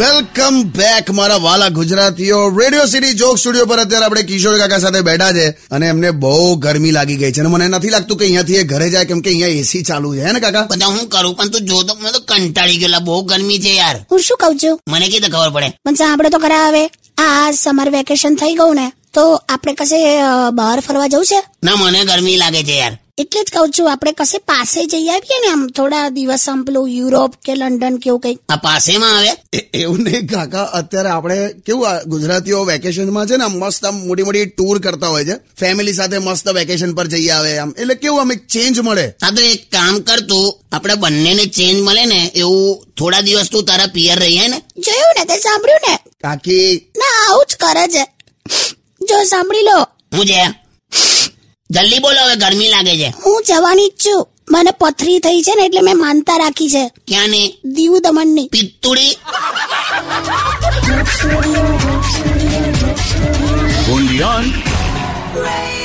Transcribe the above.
Welcome back મારા વાલા ગુજરાતીઓ રેડિયો સિટી જોક સ્ટુડિયો પર અત્યારે આપણે કિશોર કાકા સાથે બેઠા છે અને એમને બહુ ગરમી લાગી ગઈ છે અને મને નથી લાગતું કે અહીંયાથી એ ઘરે જાય કેમ કે અહીંયા એસી ચાલુ છે હે ને કાકા બધા હું કરું પણ તું જો તો મને તો કંટાળી ગયેલા બહુ ગરમી છે યાર હું શું કઉ છું મને કીધે ખબર પડે પણ સાંભળો તો ખરા હવે આ સમર વેકેશન થઈ ગયું ને તો આપણે કશે અ, બહાર ફરવા જવું છે ના મને ગરમી લાગે છે યાર એટલે જ કહું છું આપણે કશે પાસે જઈ આવીએ ને આમ થોડા દિવસ આમ પેલું યુરોપ કે લંડન કે એવું કંઈક આ પાસેમાં આવે એ- એવું નહીં કાકા અત્યારે આપણે કેવું આ ગુજરાતીઓ વેકેશનમાં છે ને આમ મસ્ત આમ મોટી મોટી ટૂર કરતા હોય છે ફેમિલી સાથે મસ્ત વેકેશન પર જઈ આવે આમ એટલે કેવું આમ એક ચેન્જ મળે હા તો એક કામ કર તું આપણે બંનેને ચેન્જ મળે ને એવું થોડા દિવસ તું તારા પિયર રહીએ ને જોયું ને તે સાંભળ્યું ને કાકી ના આવું જ કરે છે જો સાંભળી લો હું છે જલ્દી બોલો હવે ગરમી લાગે છે હું જવાની જ છું મને પથરી થઈ છે ને એટલે મેં માનતા રાખી છે ક્યાં ને દીવ દમણની પિત્તુડી Undian. ની